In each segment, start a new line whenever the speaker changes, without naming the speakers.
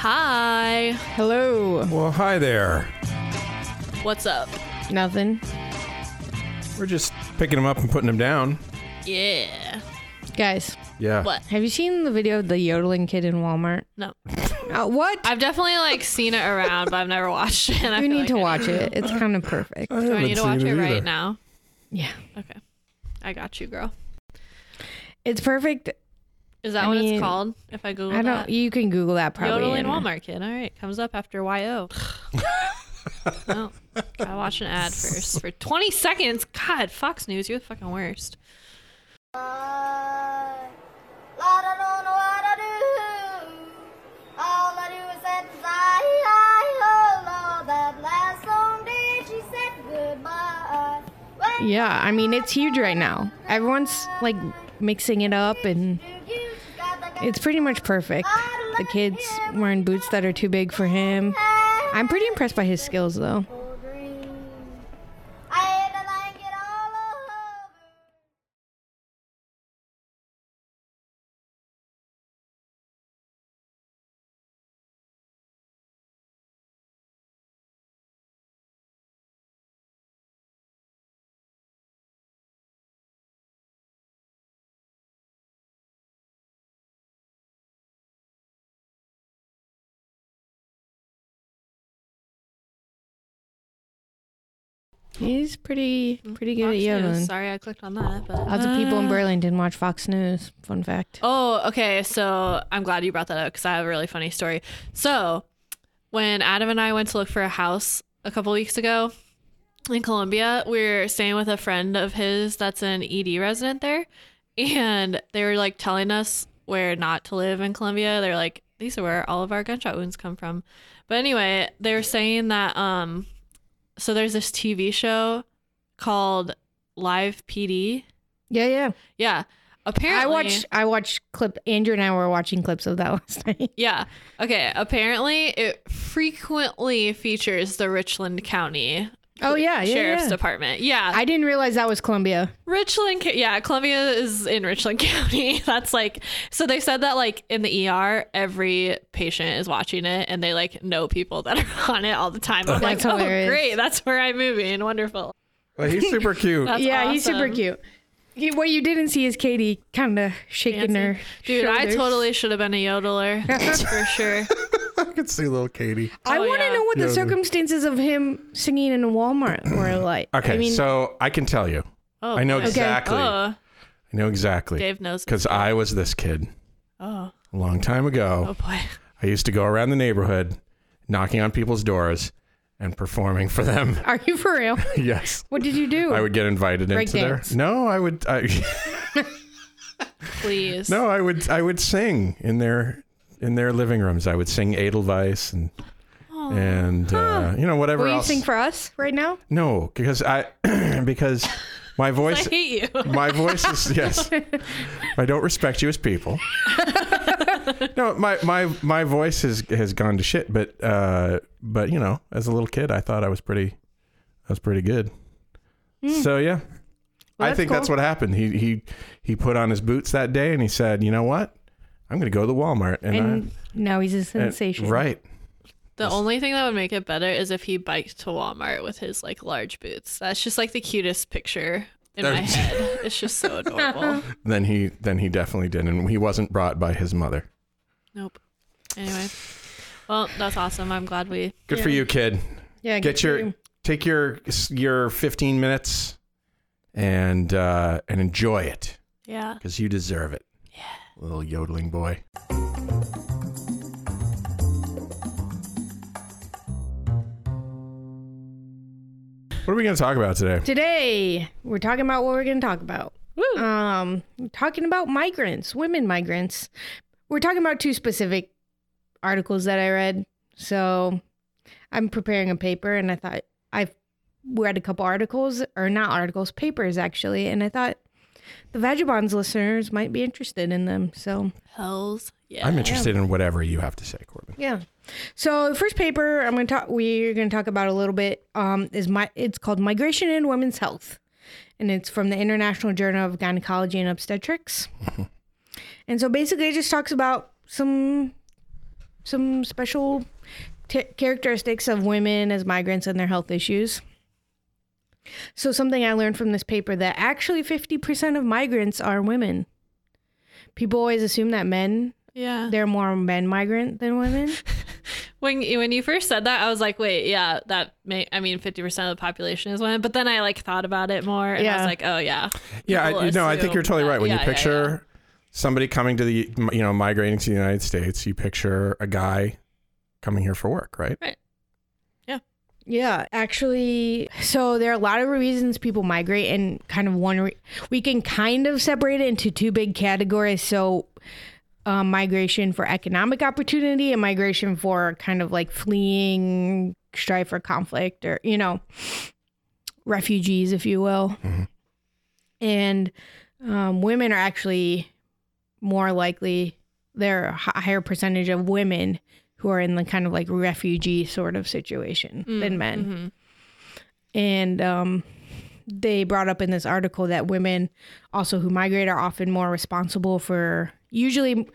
Hi.
Hello.
Well, hi there.
What's up?
Nothing.
We're just picking them up and putting them down.
Yeah.
Guys,
Yeah.
What?
have you seen the video of the yodeling kid in Walmart?
No.
Oh, what?
I've definitely like seen it around, but I've never watched it. And I
you
feel
need
like
to
I-
watch it. It's kind of perfect.
I
Do I
haven't
need to
seen
watch it right
either.
now?
Yeah.
Okay. I got you, girl.
It's perfect.
Is that
I
what
mean,
it's called? If I Google
I
that?
don't you can Google that probably.
Yodeling
and-
Walmart kid. All right. Comes up after YO. no. Gotta watch an ad first for 20 seconds. God, Fox News, you're the fucking worst.
Lord, I don't know what I do. All I do is set I, I, oh Lord, that last Sunday she said goodbye. When
Yeah, I mean it's huge right now. Everyone's like mixing it up and
do you got the
It's pretty much perfect. The kid's wearing boots that are too big for him. I'm pretty impressed by his skills, though.
gospel dream? I had to like it all over.
He's pretty, pretty good
Fox
at
News.
yodeling.
Sorry, I clicked on that. But Ah.
Lots of people in Burlington watch Fox News. Fun fact.
Oh, okay. So I'm glad you brought that up because I have a really funny story. So when Adam and I went to look for a house a couple weeks ago in Columbia, we were staying with a friend of his that's an ED resident there, and they were like telling us where not to live in Columbia. They're like, these are where all of our gunshot wounds come from. But anyway, they were saying that um, so there's this TV show called Live PD.
Yeah, yeah.
Yeah. Apparently,
I watched. I watched clip. Andrew and I were watching clips of that last night.
Yeah. Okay. Apparently, it frequently features the Richland County
Oh yeah, yeah,
Sheriff's
yeah.
Department. Yeah.
I didn't realize that was Columbia.
Richland. Ca- Yeah. Columbia is in Richland County. That's like, so they said that like in the ER, every patient is watching it and they like know people that are on it all the time. I'm
That's
like, oh,
hilarious.
great. That's where I'm moving. Wonderful.
Well, he's super cute.
That's
yeah, he's super
awesome.
cute. He- what you didn't see is Katie kind of shaking her.
Dude, I
shoulders.
totally should have been a yodeler for sure.
I could see little Katie.
I
Oh,
want to
yeah.
know what the
Yeah.
circumstances of him singing in a Walmart were like.
Okay,
I mean,
so I can tell you.
Oh,
I know
boy.
exactly.
Oh,
I know exactly.
Dave knows.
Because I was this kid
Oh,
a long time
oh
ago.
boy.
I used to go around the neighborhood knocking on people's doors and performing for them.
are you for real?
yes.
What did you do?
I would get invited
Break
into there.
dance.
No, I would I,
Please.
No, I would I would sing in their in their living rooms. I would sing Edelweiss and and uh, you know whatever
Will you
else.
sing for us right now?
no, because I because my
I
voice
hate you.
my voice is yes. I don't respect you as people. no, my my my voice has has gone to shit. But uh, but you know, as a little kid, I thought I was pretty I was pretty good. So yeah, I
Hmm. that's
think that's
cool.
what happened. He he he put on his boots that day and he said, you know what, I'm going to go to the Walmart and,
And now he's a
I, and-
sensation.
right.
The only thing that would make it better is if he biked to Walmart with his like large boots. That's just like the cutest picture in my
That's-
head. It's just so adorable.
Then he then he definitely did, and he wasn't brought by his mother.
nope. Anyway. Well, that's awesome. I'm glad we
Good for you, kid.
Yeah.
get your take your your 15 minutes and uh and enjoy it
Yeah.
because you deserve it yeah little yodeling boy what are we gonna talk about today
Today we're talking about what we're going to talk about.
Woo.
Um, talking about migrants, women migrants, we're talking about two specific articles that I read. So I'm preparing a paper and I thought I've read a couple articles, or not articles, papers actually, and I thought the Vagabonds listeners might be interested in them. So
Hells yeah.
I'm interested in whatever you have to say, Corbin.
yeah. So the first paper I'm gonna talk we're gonna talk about a little bit um, is my it's called Migration and Women's Health. And it's from the International Journal of Gynecology and Obstetrics. and so basically it just talks about some some special t- characteristics of women as migrants and their health issues. So something I learned from this paper that actually 50% of migrants are women. People always assume that men,
Yeah.
there are more men migrant than women.
When you- when you first said that, I was like, wait, yeah, that may. I mean, fifty percent of the population is women. But then I like thought about it more, and I
Yeah.
was like, oh yeah.
Yeah,
People
I, you know, I think you're
assume
totally
that-
right. When
yeah,
you
yeah,
picture somebody coming to the, you know, migrating to the United States, you picture a guy coming here for work, right?
Yeah, actually, so there are a lot of reasons people migrate, and kind of one re- we can kind of separate it into two big categories. So, uh, migration for economic opportunity and migration for kind of like fleeing strife or conflict, or you know, refugees, if you will.
Mhm.
And um, women are actually more likely; there are a hi- higher percentage of women who are in the kind of like refugee sort of situation than men
Mhm.
and um, they brought up in this article that women also who migrate are often more responsible for usually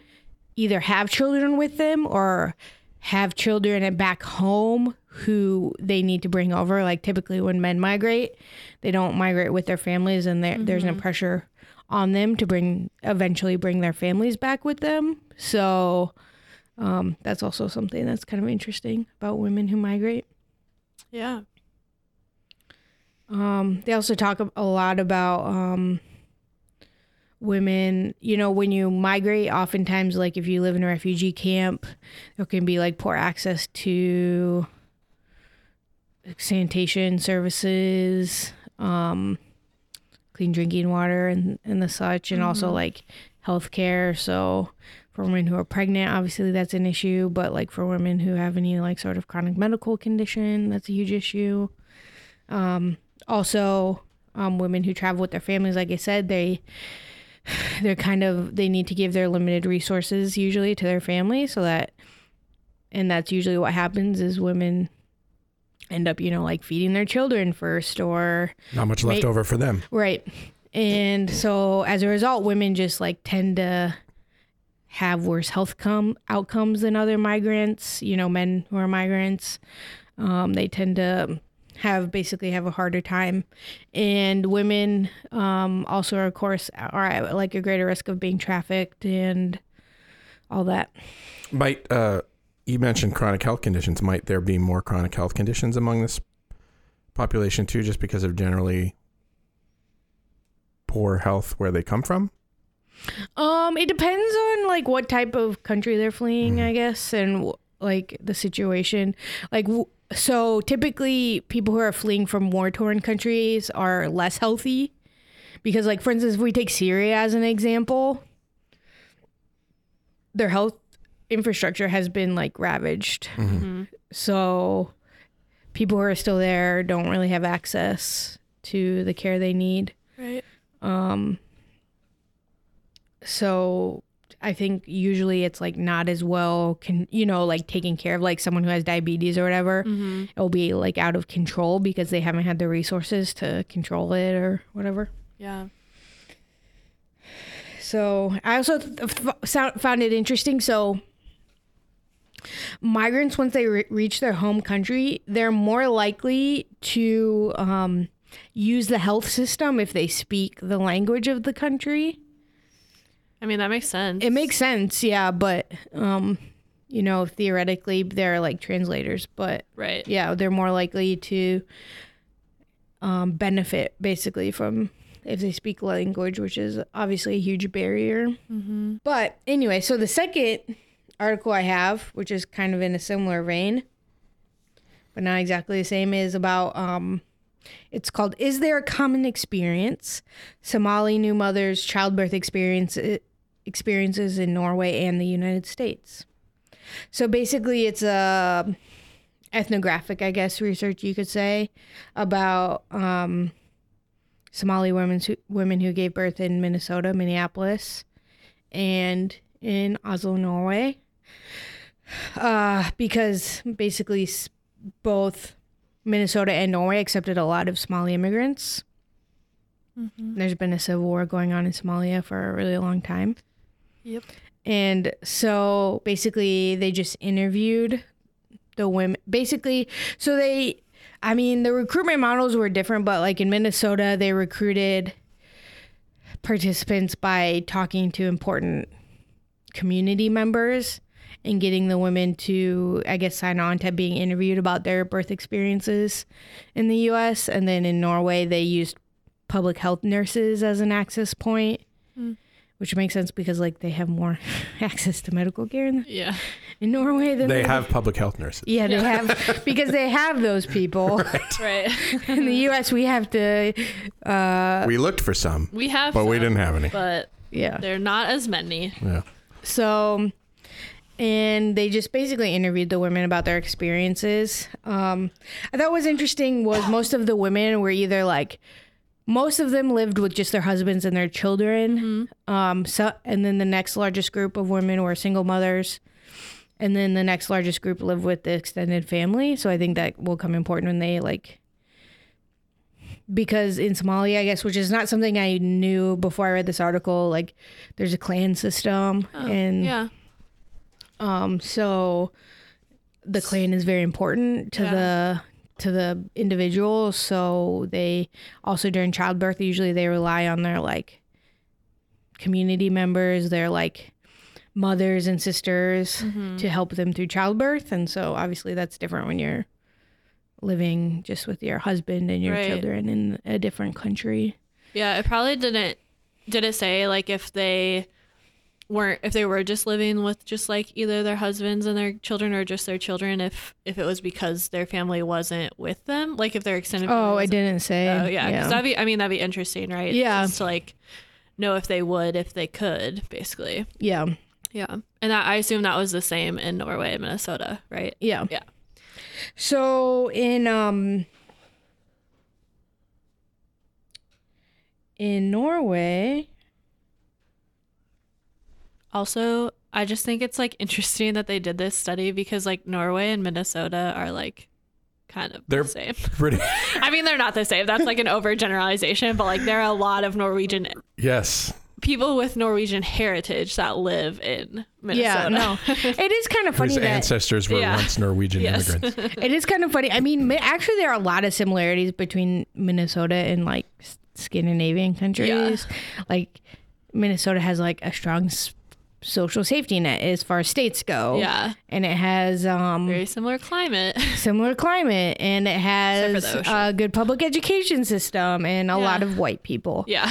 either have children with them or have children at back home who they need to bring over like typically when men migrate they don't migrate with their families and there there's no pressure on them to bring eventually bring their families back with them so um, that's also something that's kind of interesting about women who migrate
Yeah.
um, they also talk a- a lot about um, women. You know, when you migrate, oftentimes, like if you live in a refugee camp, there can be like poor access to sanitation services, um, clean drinking water, and, and the such, and also like healthcare. So for women who are pregnant, obviously that's an issue, but like for women who have any like sort of chronic medical condition, that's a huge issue also um, women who travel with their families like i said they they're kind of they need to give their limited resources usually to their family so that and that's usually what happens is women end up you know like feeding their children first or
Not much
Wait.
left over for them.
Right. And so as a result, women just like tend to have worse health come outcomes than other migrants, you know, men who are migrants. Um, they tend to have basically have a harder time. And women um, also, are, of course, are at like a greater risk of being trafficked and all that.
Might uh, you mentioned chronic health conditions? Might there be more chronic health conditions among this population too, just because of generally poor health where they come from?
Um, it depends on like what type of country they're fleeing, I guess, and w- like the situation. Like, w- so typically people who are fleeing from war torn countries are less healthy because, like, for instance, if we take Syria as an example, their health infrastructure has been like ravaged. So people who are still there don't really have access to the care they need.
Right.
so I think usually it's like not as well can you know like taking care of like someone who has diabetes or whatever it'll be like out of control because they haven't had the resources to control it or whatever
Yeah.
so I also th- f- sound- found it interesting. So migrants, once they re- reach their home country, they're more likely to um, use the health system if they speak the language of the country.
I mean, that makes sense.
It makes sense, yeah, but um, you know, theoretically they're like translators, but
right.
yeah, they're more likely to um, benefit basically from if they speak language, which is obviously a huge barrier. But anyway, so the second article I have, which is kind of in a similar vein, but not exactly the same, is about um, it's called "Is There a Common Experience?" Somali new mothers' childbirth experience experiences in Norway and the United States. So basically, it's a ethnographic, I guess, research you could say about um, Somali women who, women who gave birth in Minnesota, Minneapolis, and in Oslo, Norway. Uh, because basically, s- both Minnesota and Norway accepted a lot of Somali immigrants. There's been a civil war going on in Somalia for a really long time.
Yep.
And so basically, they just interviewed the women. Basically, so they, I mean, the recruitment models were different, but like in Minnesota, they recruited participants by talking to important community members and getting the women to, I guess, sign on to being interviewed about their birth experiences in the US. And then in Norway, they used public health nurses as an access point. Which makes sense because like they have more access to medical care in,
Yeah.
in Norway than
They
do-
have public health nurses.
yeah, they have because they have those people.
Right.
In the US we have to uh
we looked for some,
we have
but we
some,
didn't have any.
But
yeah.
they're not as many.
Yeah.
So, and they just basically interviewed the women about their experiences. Um, I thought what was interesting was most of the women were either like, most of them lived with just their husbands and their children. Um, so, and then the next largest group of women were single mothers. And then the next largest group lived with the extended family. So I think that will come important when they like, because in Somalia, I guess, which is not something I knew before I read this article, like there's a clan system and
Yeah.
um, so the clan is very important to
Yeah.
the to the individual. So they also during childbirth usually they rely on their like community members, their like mothers and sisters
Mm-hmm.
to help them through childbirth. And so obviously that's different when you're living just with your husband and your
Right.
children in a different country.
Yeah. It probably didn't. Did it say like if they weren't if they were just living with just like either their husbands and their children or just their children if if it was because their family wasn't with them like if their extended
Oh,
family
I
wasn't-
didn't say.
Oh yeah, 'cause that'd be. I mean, that'd be interesting, right?
Yeah.
Just to like know if they would, if they could, basically.
yeah.
Yeah, and that, I assume that was the same in Norway and Minnesota, right?
Yeah.
Yeah.
So in um in Norway,
Also, I just think it's like interesting that they did this study because like Norway and Minnesota are like kind of
They're-
the same.
Pretty.
I mean, they're not the same. That's like an overgeneralization, but like there are a lot of Norwegian
Yes.
people with Norwegian heritage that live in Minnesota.
yeah, no, it is kind of funny
Whose
that
ancestors were
Yeah.
once Norwegian
Yes.
immigrants.
it is kind of funny. I mean, mi- actually, there are a lot of similarities between Minnesota and like S- Scandinavian countries. Like Minnesota has like a strong s- social safety net as far as states go.
Yeah.
and it has um
Very similar climate.
similar climate and it
for
has
the ocean.
a good public education system and a lot of white people
Yeah.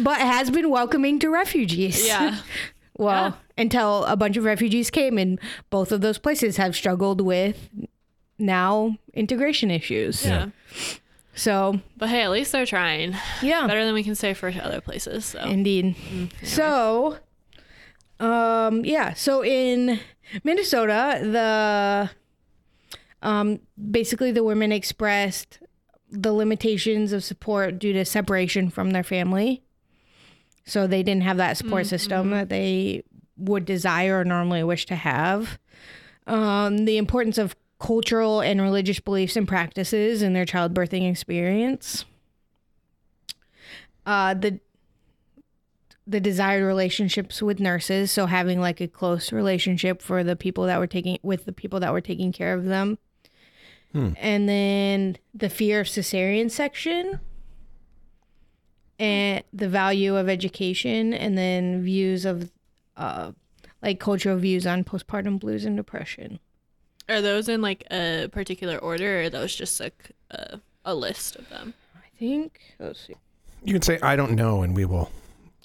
but it has been welcoming to refugees
Yeah.
well
Yeah.
until a bunch of refugees came and both of those places have struggled with now integration issues
Yeah.
so
But hey, at least they're trying.
yeah
Better than we can say for other places. So
Indeed. So, um, yeah. So in Minnesota, the um, basically the women expressed the limitations of support due to separation from their family. So they didn't have that support system that they would desire or normally wish to have. Um, the importance of cultural and religious beliefs and practices in their childbirthing experience. Uh, the the desired relationships with nurses so having like a close relationship for the people that were taking with the people that were taking care of them and then the fear of cesarean section and the value of education and then views of uh, like cultural views on postpartum blues and depression
are those in like a particular order or are those just like a, a list of them?
i think let's see
You can say, I don't know, and we will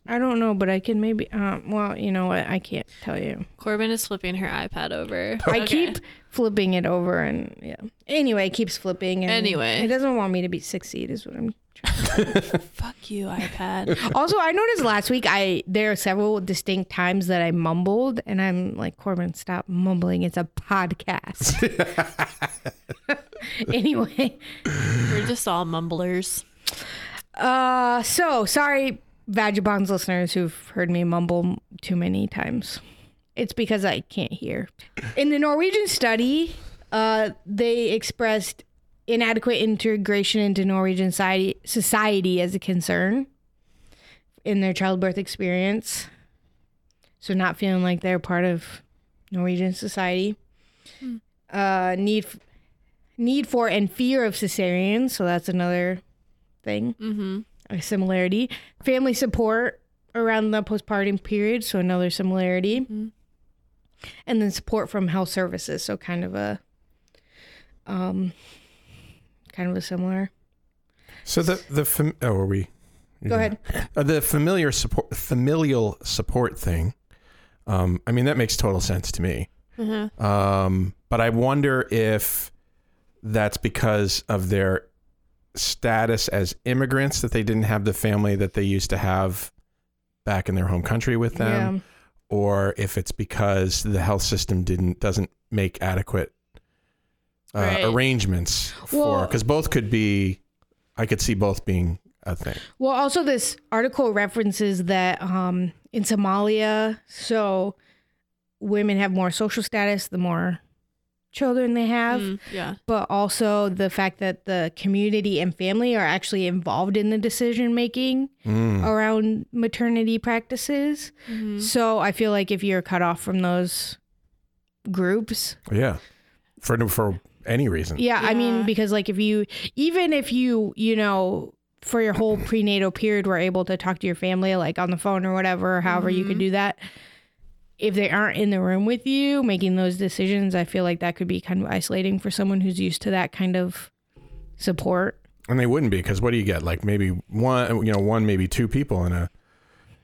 I don't know, but I can maybe. Um, well, you know what? I can't tell you.
Corbin is flipping her iPad over.
I keep flipping it over, and yeah. Anyway, it keeps flipping. And
Anyway.
it doesn't want me to be succeed, is what I'm.
Fuck you, iPad.
Also, I noticed last week I there are several distinct times that I mumbled, and I'm like, Corbin, stop mumbling. It's a podcast. anyway,
We're just all mumblers.
uh, so sorry, Vagabonds listeners who've heard me mumble too many times. It's because I can't hear. In the Norwegian study, uh, they expressed inadequate integration into Norwegian society, society as a concern in their childbirth experience. So, not feeling like they're part of Norwegian society. Uh, need, f- need for and fear of cesarean. So, that's another thing, mm-hmm. a similarity. Family support around the postpartum period. So, another similarity and then support from health services so kind of a um kind of a similar
So the the fam- oh, are we?
go ahead
Uh, the familiar support, familial support thing. Um, I mean, that makes total sense to me.
Mm-hmm.
Um, but I wonder if that's because of their status as immigrants that they didn't have the family that they used to have back in their home country with them,
Yeah.
or if it's because the health system didn't doesn't make adequate uh,
Right.
arrangements for
Well-
because both could be. I could see both being a thing.
well also this article references that um in somalia so women have more social status the more children they have
Mm, yeah.
but also the fact that the community and family are actually involved in the decision making
Mm.
around maternity practices
Mm-hmm.
so i feel like if you're cut off from those groups
Yeah, for for any reason.
Yeah, I
Yeah.
mean, because like if you, even if you, you know, for your whole prenatal period were able to talk to your family like on the phone or whatever, however you
Mm-hmm.
could do that. If they aren't in the room with you making those decisions, I feel like that could be kind of isolating for someone who's used to that kind of support.
and they wouldn't be because what do you get? Like maybe one, you know, one maybe two people in a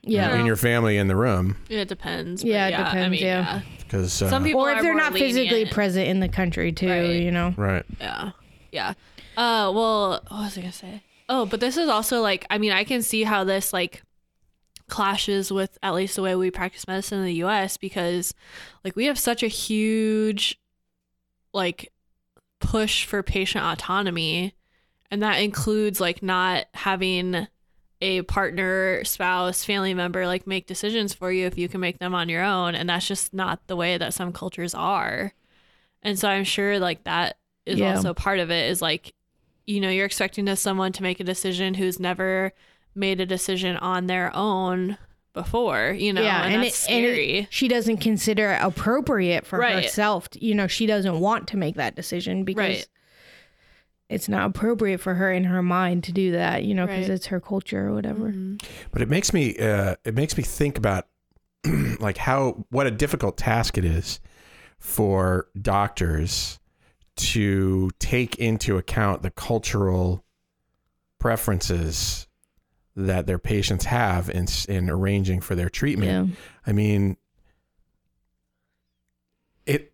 Yeah.
in your family in the room
It depends. but
Yeah, it
I
depends,
mean,
yeah.
yeah.
because uh,
Some people
Or
are
if they're
more
not physically
lenient.
present in the country too,
Right.
you know.
right.
Yeah. Yeah. Uh well, what was I gonna say? Oh, but this is also like I mean, I can see how this like clashes with at least the way we practice medicine in the US because like we have such a huge like push for patient autonomy and that includes like not having a partner, spouse, family member like make decisions for you if you can make them on your own and that's just not the way that some cultures are. And so I'm sure like that is
Yeah.
also part of it is like you know you're expecting this someone to make a decision who's never made a decision on their own before, you know, and, that's
it- and it-
scary.
she doesn't consider it appropriate for
Right.
herself. to- You know, she doesn't want to make that decision because
Right.
it's not appropriate for her in her mind to do that. You know, because
Right. Mm-hmm.
it's her culture or whatever.
But it makes me uh, it makes me think about like how what a difficult task it is for doctors to take into account the cultural preferences that their patients have in s- in arranging for their treatment. I mean, it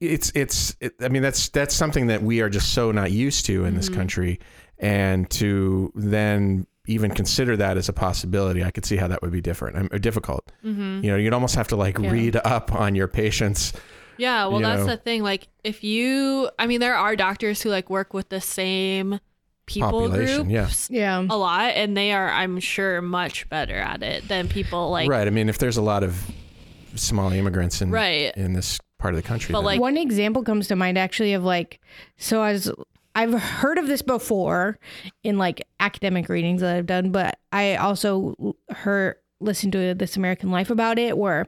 it's it's it, I mean that's that's something that we are just so not used to in this
Mm-hmm.
country, and to then even consider that as a possibility, I could see how that would be different um, or difficult.
Mm-hmm.
You know, you'd almost have to like read up on your patients.
Yeah, well,
you
that's
know?
the thing. Like, if you, I mean, there are doctors who like work with the same people
Population, yeah.
groups
Yeah.
a lot, and they are, I'm sure, much better at it than people like.
right. I mean, if there's a lot of Somali immigrants in
Right.
in this part of the country,
But,
then-
like-
One example comes to mind actually of like, so I was, I've heard of this before in like academic readings that I've done, but I also heard, listened to This American Life about it where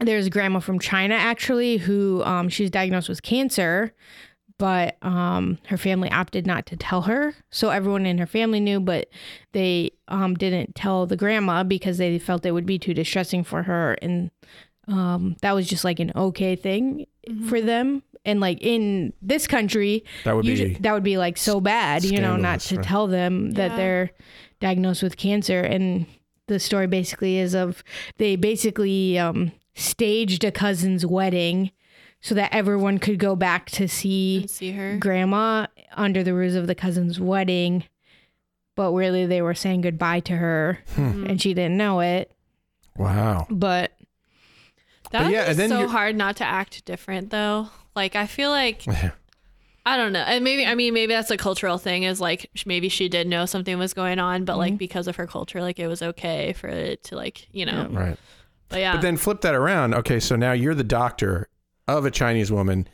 there's a grandma from China actually who um, she's diagnosed with cancer, but um, her family opted not to tell her. So everyone in her family knew, but they um, didn't tell the grandma because they felt it would be too distressing for her. And um, that was just like an okay thing for them. And like in this country,
that would
usu-
be
that would be like so bad, you know, not
scandalous,
to
right.
tell them that
Yeah.
they're diagnosed with cancer and the story basically is of they basically um, staged a cousin's wedding so that everyone could go back to see
see her.
grandma under the ruse of the cousin's wedding, but really they were saying goodbye to her
Hmm.
and she didn't know it.
Wow.
But
That would
yeah,
be
and then
so
you're-
hard not to act different though. Like I feel like I don't know. And maybe I mean maybe that's a cultural thing is like sh- maybe she did know something was going on, but like because of her culture, like it was okay for it to like you know.
right.
But yeah,
But then flip that around. Okay, so now you're the doctor of a Chinese woman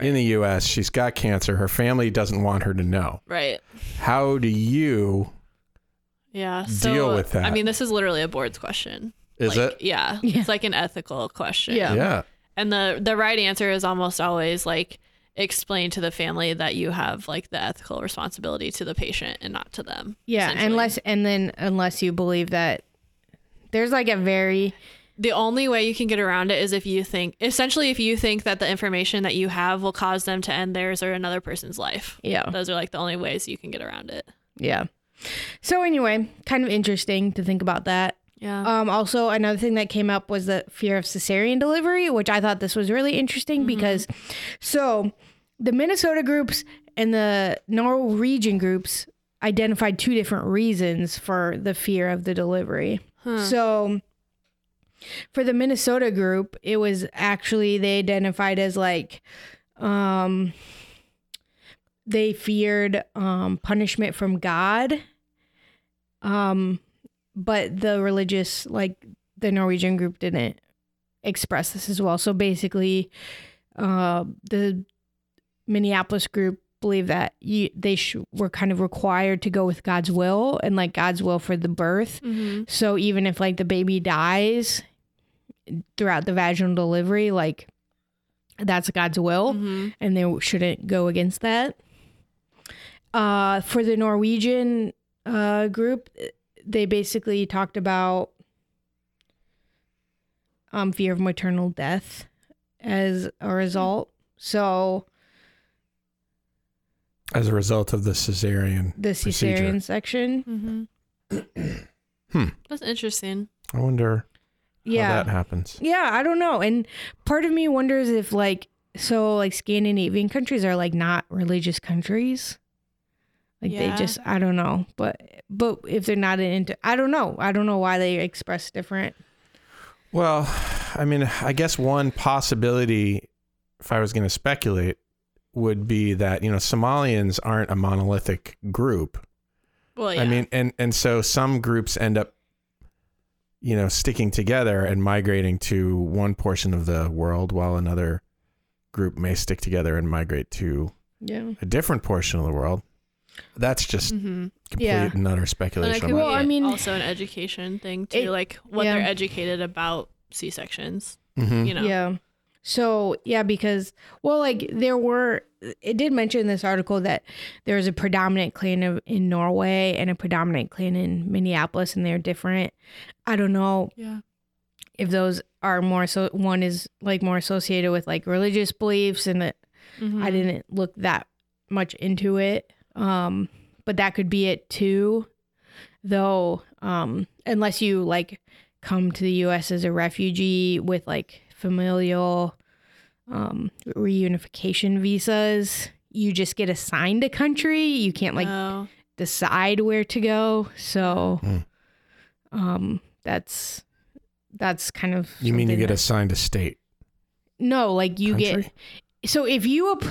in the U.S. She's got cancer. Her family doesn't want her to know.
right.
How do you?
Yeah. So,
Deal with that.
I mean, this is literally a board's question.
Is
like,
it?
Yeah,
Yeah.
It's like an ethical question.
Yeah.
Yeah.
And the the right answer is almost always like explain to the family that you have like the ethical responsibility to the patient and not to them.
yeah,
essentially.
unless and then unless you believe that there's like a very
the only way you can get around it is if you think essentially if you think that the information that you have will cause them to end theirs or another person's life.
yeah.
Those are like the only ways you can get around it.
Yeah. So anyway, kind of interesting to think about that.
Yeah.
Um, also, another thing that came up was the fear of cesarean delivery, which I thought this was really interesting because so the Minnesota groups and the Norwegian groups identified two different reasons for the fear of the delivery. So for the Minnesota group, it was actually they identified as like um they feared um punishment from God. Um but the religious like the Norwegian group didn't express this as well. So basically uh the Minneapolis group believed that you, they sh- were kind of required to go with God's will and like God's will for the birth.
hmm
So even if like the baby dies throughout the vaginal delivery, like that's God's will
hmm
and they shouldn't go against that. Uh, for the Norwegian uh, group, they basically talked about um, fear of maternal death as a result. So
As a result of the cesarean.
the cesarean
Procedure.
section,
hmm
Hmm.
That's interesting.
I wonder
yeah,
how that happens.
Yeah, I don't know. And part of me wonders if like so like Scandinavian countries are like not religious countries. Like
Yeah.
they just I don't know. But but if they're not into I don't know. I don't know why they express different.
Well, I mean, I guess one possibility, if I was going to speculate, would be that you know Somalians aren't a monolithic group.
Well,
Oh,
yeah.
I mean, and and so some groups end up, you know, sticking together and migrating to one portion of the world, while another group may stick together and migrate to
Yeah.
a different portion of the world. That's just
Mhm.
Mm,
complete
Yeah.
and utter
And I
speculation.
could
on my
Mm-hmm. Well, I
I
mean-
mean, also an education thing too,
It-
like what
yeah.
they're educated about C sections.
Mhm.
You know,
Yeah. So yeah, because well, like there were it did mention in this article that there is a predominant clan of, in Norway and a predominant clan in Minneapolis and they're different. I don't know
yeah,
if those are more so one is like more associated with like religious beliefs and it,
Mm-hmm.
Mm-hmm.
i didn't look that much into it um but that could be it too though um unless you like come to the us as a refugee with like familial um reunification visas you just get assigned a country you can't like
Oh.
decide where to go. So
Hmm.
um that's that's kind of
You mean you
something
get
that-
assigned a state?
No, like you
Country?
get So if you ap-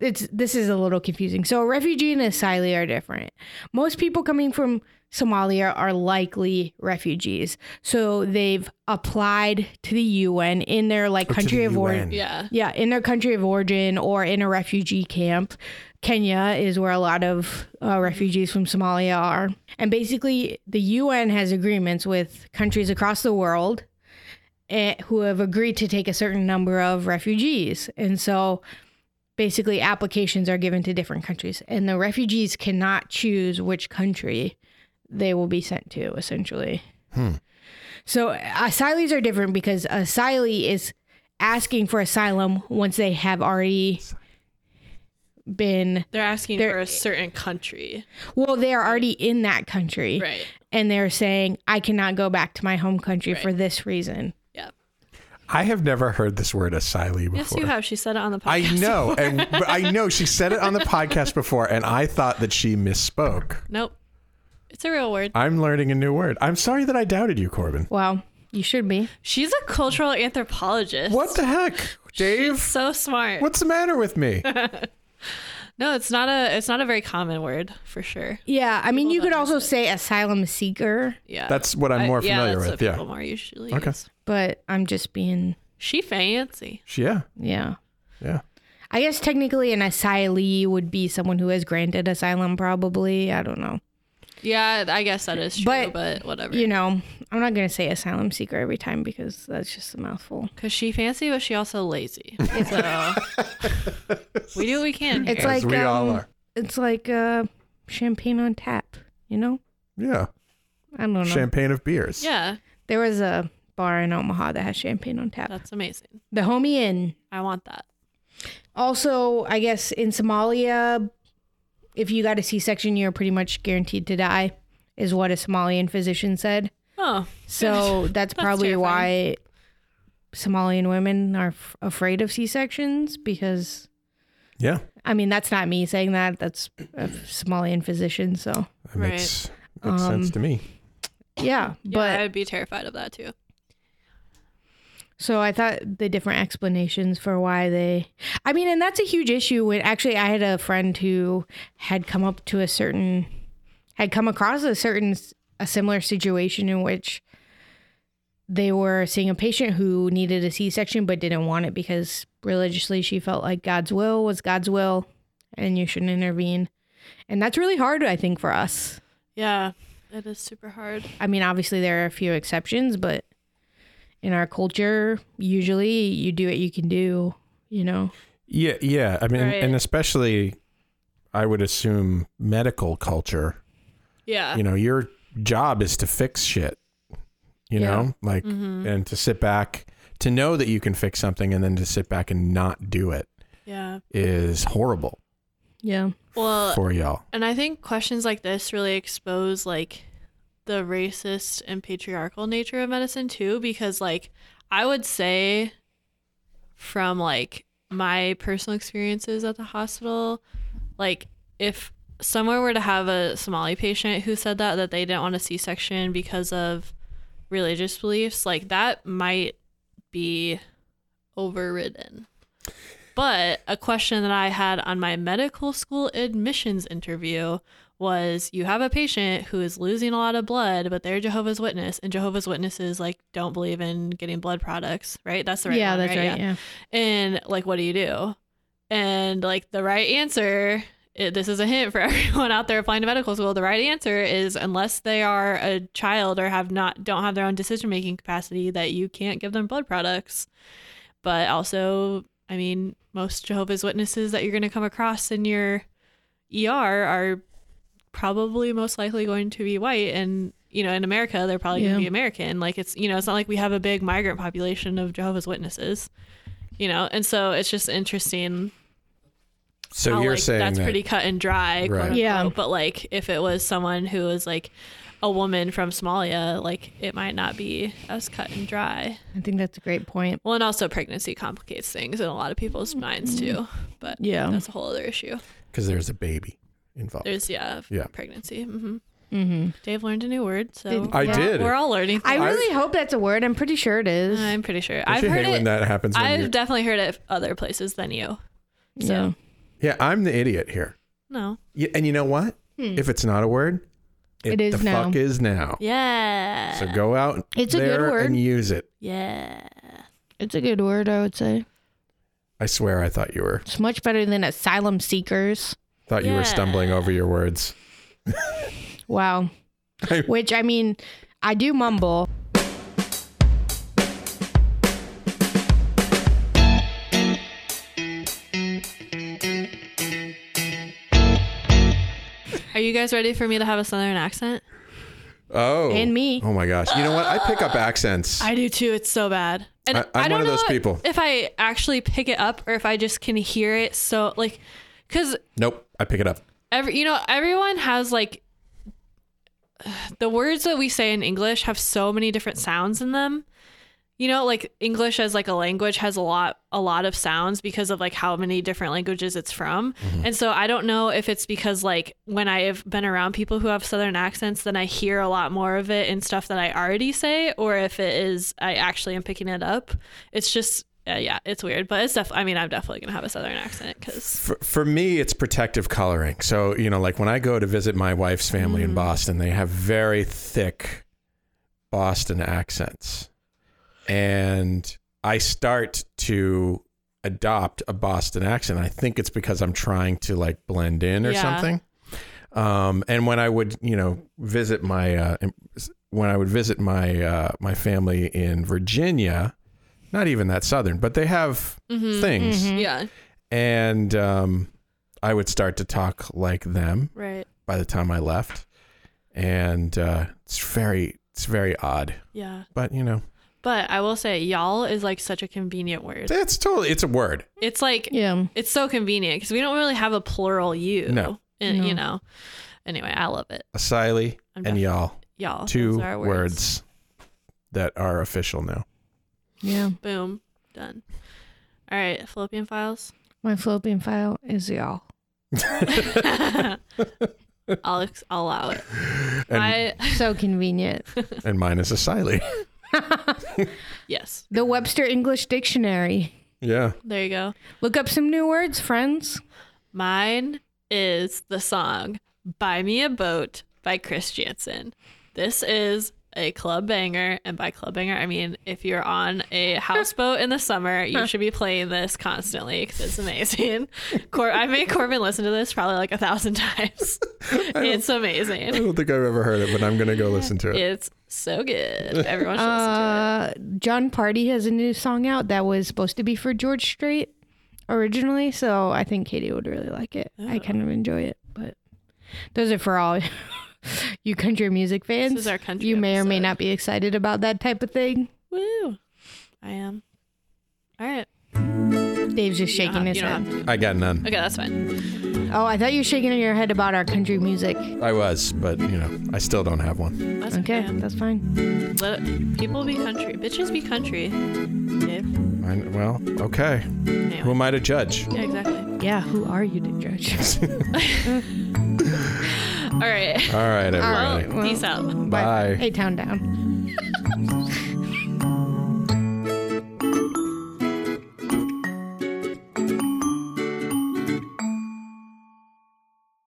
it's this is a little confusing. So a refugee and asylum are different. Most people coming from Somalia are likely refugees. So they've applied to the UN in their like
Or Oh, to
country
the
of origin.
UN.
yeah,
Yeah, in their country of origin or in a refugee camp. Kenya is where a lot of uh, refugees from Somalia are. And basically, the UN has agreements with countries across the world eh, who have agreed to take a certain number of refugees. And so basically, applications are given to different countries, and the refugees cannot choose which country they will be sent to, essentially. So asylees are different because asylee is asking for asylum once they have already been
they're asking
They're-
for a certain country,
well they are already in that country
right?
and they're saying I cannot go back to my home country for this reason.
Yeah.
I have never heard this word asylum before.
Yes, you have. She said it on the podcast.
I know, and but I know she said it on the podcast before, and I thought that she misspoke.
Nope. It's a real word.
I'm learning a new word. I'm sorry that I doubted you, Corbin.
Well, you should be.
She's a cultural anthropologist.
What the heck, Dave?
So smart.
What's the matter with me?
No, it's not a. It's not a very common word for sure.
Yeah, I mean, you could also say asylum seeker,
Yeah.
That's what I'm more
yeah,
familiar
that's
with.
What
Yeah.
People more usually.
Okay.
Use.
but I'm just being
She fancy.
Sh- Yeah.
yeah.
Yeah.
I guess technically an asylee would be someone who has granted asylum, probably. I don't know.
Yeah, I guess that is true,
But,
but, whatever.
You know, I'm not gonna say asylum seeker every time because that's just a mouthful.
Because she fancy, but she also lazy. So we do what we can.
It's
here.
As
like
we
um,
all are.
It's like uh, champagne on tap. You know,
Yeah.
I don't know.
Champagne of beers.
yeah,
there was a bar in Omaha that has champagne on tap.
that's amazing.
The Homie Inn.
I want that.
Also, I guess in Somalia, if you got a C-section, you're pretty much guaranteed to die, is what a Somalian physician said.
Oh,
So that's probably why
terrifying.
Somalian women are f- afraid of C sections because
Yeah.
I mean that's not me saying that that's a Somalian physician. So
That makes, makes sense to me.
Um,
yeah,
but
but
I'd be terrified of that too.
so I thought the different explanations for why they, I mean, and that's a huge issue. When actually I had a friend who had come up to a certain, had come across a certain a similar situation in which they were seeing a patient who needed a C-section but didn't want it because religiously she felt like God's will was God's will and you shouldn't intervene. And that's really hard I think for us.
Yeah, it is super hard.
I mean obviously there are a few exceptions but in our culture usually you do what you can do, you know.
Yeah. Yeah. I mean,
Right.
and especially, I would assume medical culture.
Yeah,
you know your job is to fix shit you
Yeah.
know like
Mm-hmm.
and to sit back to know that you can fix something and then to sit back and not do it
yeah.
is horrible
Yeah.
Well,
for y'all
and I think questions like this really expose like the racist and patriarchal nature of medicine too because like I would say from like my personal experiences at the hospital like if somewhere were to have a Somali patient who said that that they didn't want a C-section because of religious beliefs like that might be overridden but a question that I had on my medical school admissions interview was you have a patient who is losing a lot of blood, but they're Jehovah's Witness, and Jehovah's Witnesses like don't believe in getting blood products, right? That's the right
yeah,
one,
that's right. Yeah.
and like what do you do and like the right answer it, this is a hint for everyone out there applying to medical school the right answer is unless they are a child or have not don't have their own decision making capacity that you can't give them blood products but also i mean most jehovah's witnesses that you're going to come across in your er are probably most likely going to be white and you know in america they're probably going
Yeah.
to be american like it's you know it's not like we have a big migrant population of jehovah's witnesses you know and so it's just interesting
so
how,
you're
like,
saying
that's
that-
pretty cut and dry quote
Right.
unquote.
Yeah.
but like if it was someone who was like a woman from somalia like it might not be as cut and dry
I think that's a great point.
well and also pregnancy complicates things in a lot of people's minds too but
Mm-hmm. Yeah.
that's a whole other issue
because there's a baby involved
there's yeah,
Yeah.
pregnancy mm-hmm. dave learned a new word so
I did.
we're all learning
I really hope that's a word. I'm pretty sure it is.
i'm pretty sure
Don't
i've
you
heard
hate when
it
that happens. when
i've
you're-
definitely heard it other places than you
yeah.
yeah, I'm the idiot here.
no
Yeah, and you know what? If it's not a word,
It is
the
now.
fuck is now.
yeah
So go out
It's a good
there
word.
and use it.
yeah
It's a good word, I would say.
I swear, I thought you were
It's much better than asylum seekers.
thought you
Yeah.
were stumbling over your words.
Wow.
I-
Which I mean, I do mumble.
Are you guys ready for me to have a southern accent?
Oh,
And me.
Oh my gosh! You know what? I pick up accents.
I do too. It's so bad. And
I- I'm
don't
one of
know
those people.
If I actually pick it up or if I just can hear it so like cuz
nope, I pick it up.
every you know everyone has like the words that we say in English have so many different sounds in them. You know, like English as like a language has a lot a lot of sounds because of like how many different languages it's from. And so I don't know if it's because like when I've been around people who have southern accents then I hear a lot more of it in stuff that I already say or if it is I actually am picking it up. It's just uh, yeah, it's weird, but it's def- I mean, I'm definitely going to have a southern accent cuz
For, for me, it's protective coloring. So, you know, like when I go to visit my wife's family in Boston, they have very thick Boston accents. And I start to adopt a Boston accent. I think it's because I'm trying to like blend in or
Yeah.
something. Um, and when I would, you know, visit my uh, im- when I would visit my uh, my family in Virginia, not even that southern, but they have things
yeah.
and um, I would start to talk like them
Right.
by the time I left, and uh, it's very it's very odd,
Yeah.
but you know
But I will say, y'all is like such a convenient word.
that's totally it's a word.
It's like
Yeah.
it's so convenient because we don't really have a plural you.
No.
And,
No.
You know. Anyway, I love it.
Asili
I'm
and
def-
y'all,
Y'all.
two
those are our
words. that are official now.
Yeah.
Boom. Done. All right, Philippian files.
My Philippine file is y'all.
I'll ex- I'll allow it.
And,
I
So convenient.
and mine is Asili.
yes.
the Webster English Dictionary.
yeah,
There you go.
Look up some new words, friends.
Mine is the song Buy Me a Boat by Chris Jansen. This is a club banger, and by club banger, I mean if you're on a houseboat in the summer, you should be playing this constantly because it's amazing. Cor- I made Corbin listen to this probably like a thousand times. It's
I
amazing.
don't think I've ever heard it, but I'm gonna go listen to it.
It's so good. Everyone should listen to it.
Uh, John Party has a new song out that was supposed to be for George Strait originally, so I think Katie would really like it.
Oh.
I kind of enjoy it, but those are for all you country music fans.
is our country
You may or may
episode.
not be excited about that type of thing.
Woo! I am. All right.
Dave's just shaking
Uh,
his
you don't have
head.
to do-
I got none.
Okay, that's fine.
Oh, I thought you were shaking your head about our country music.
I was, but you know, I still don't have one.
That's
Okay,
okay.
that's fine.
Let people be country. Bitches be country. Dave.
Mine, well, okay. Who
Anyway.
am I to judge?
Yeah, exactly.
Yeah, who are you to judge?
All right. Oh,
All right, everybody.
Peace out.
Bye.
A town down.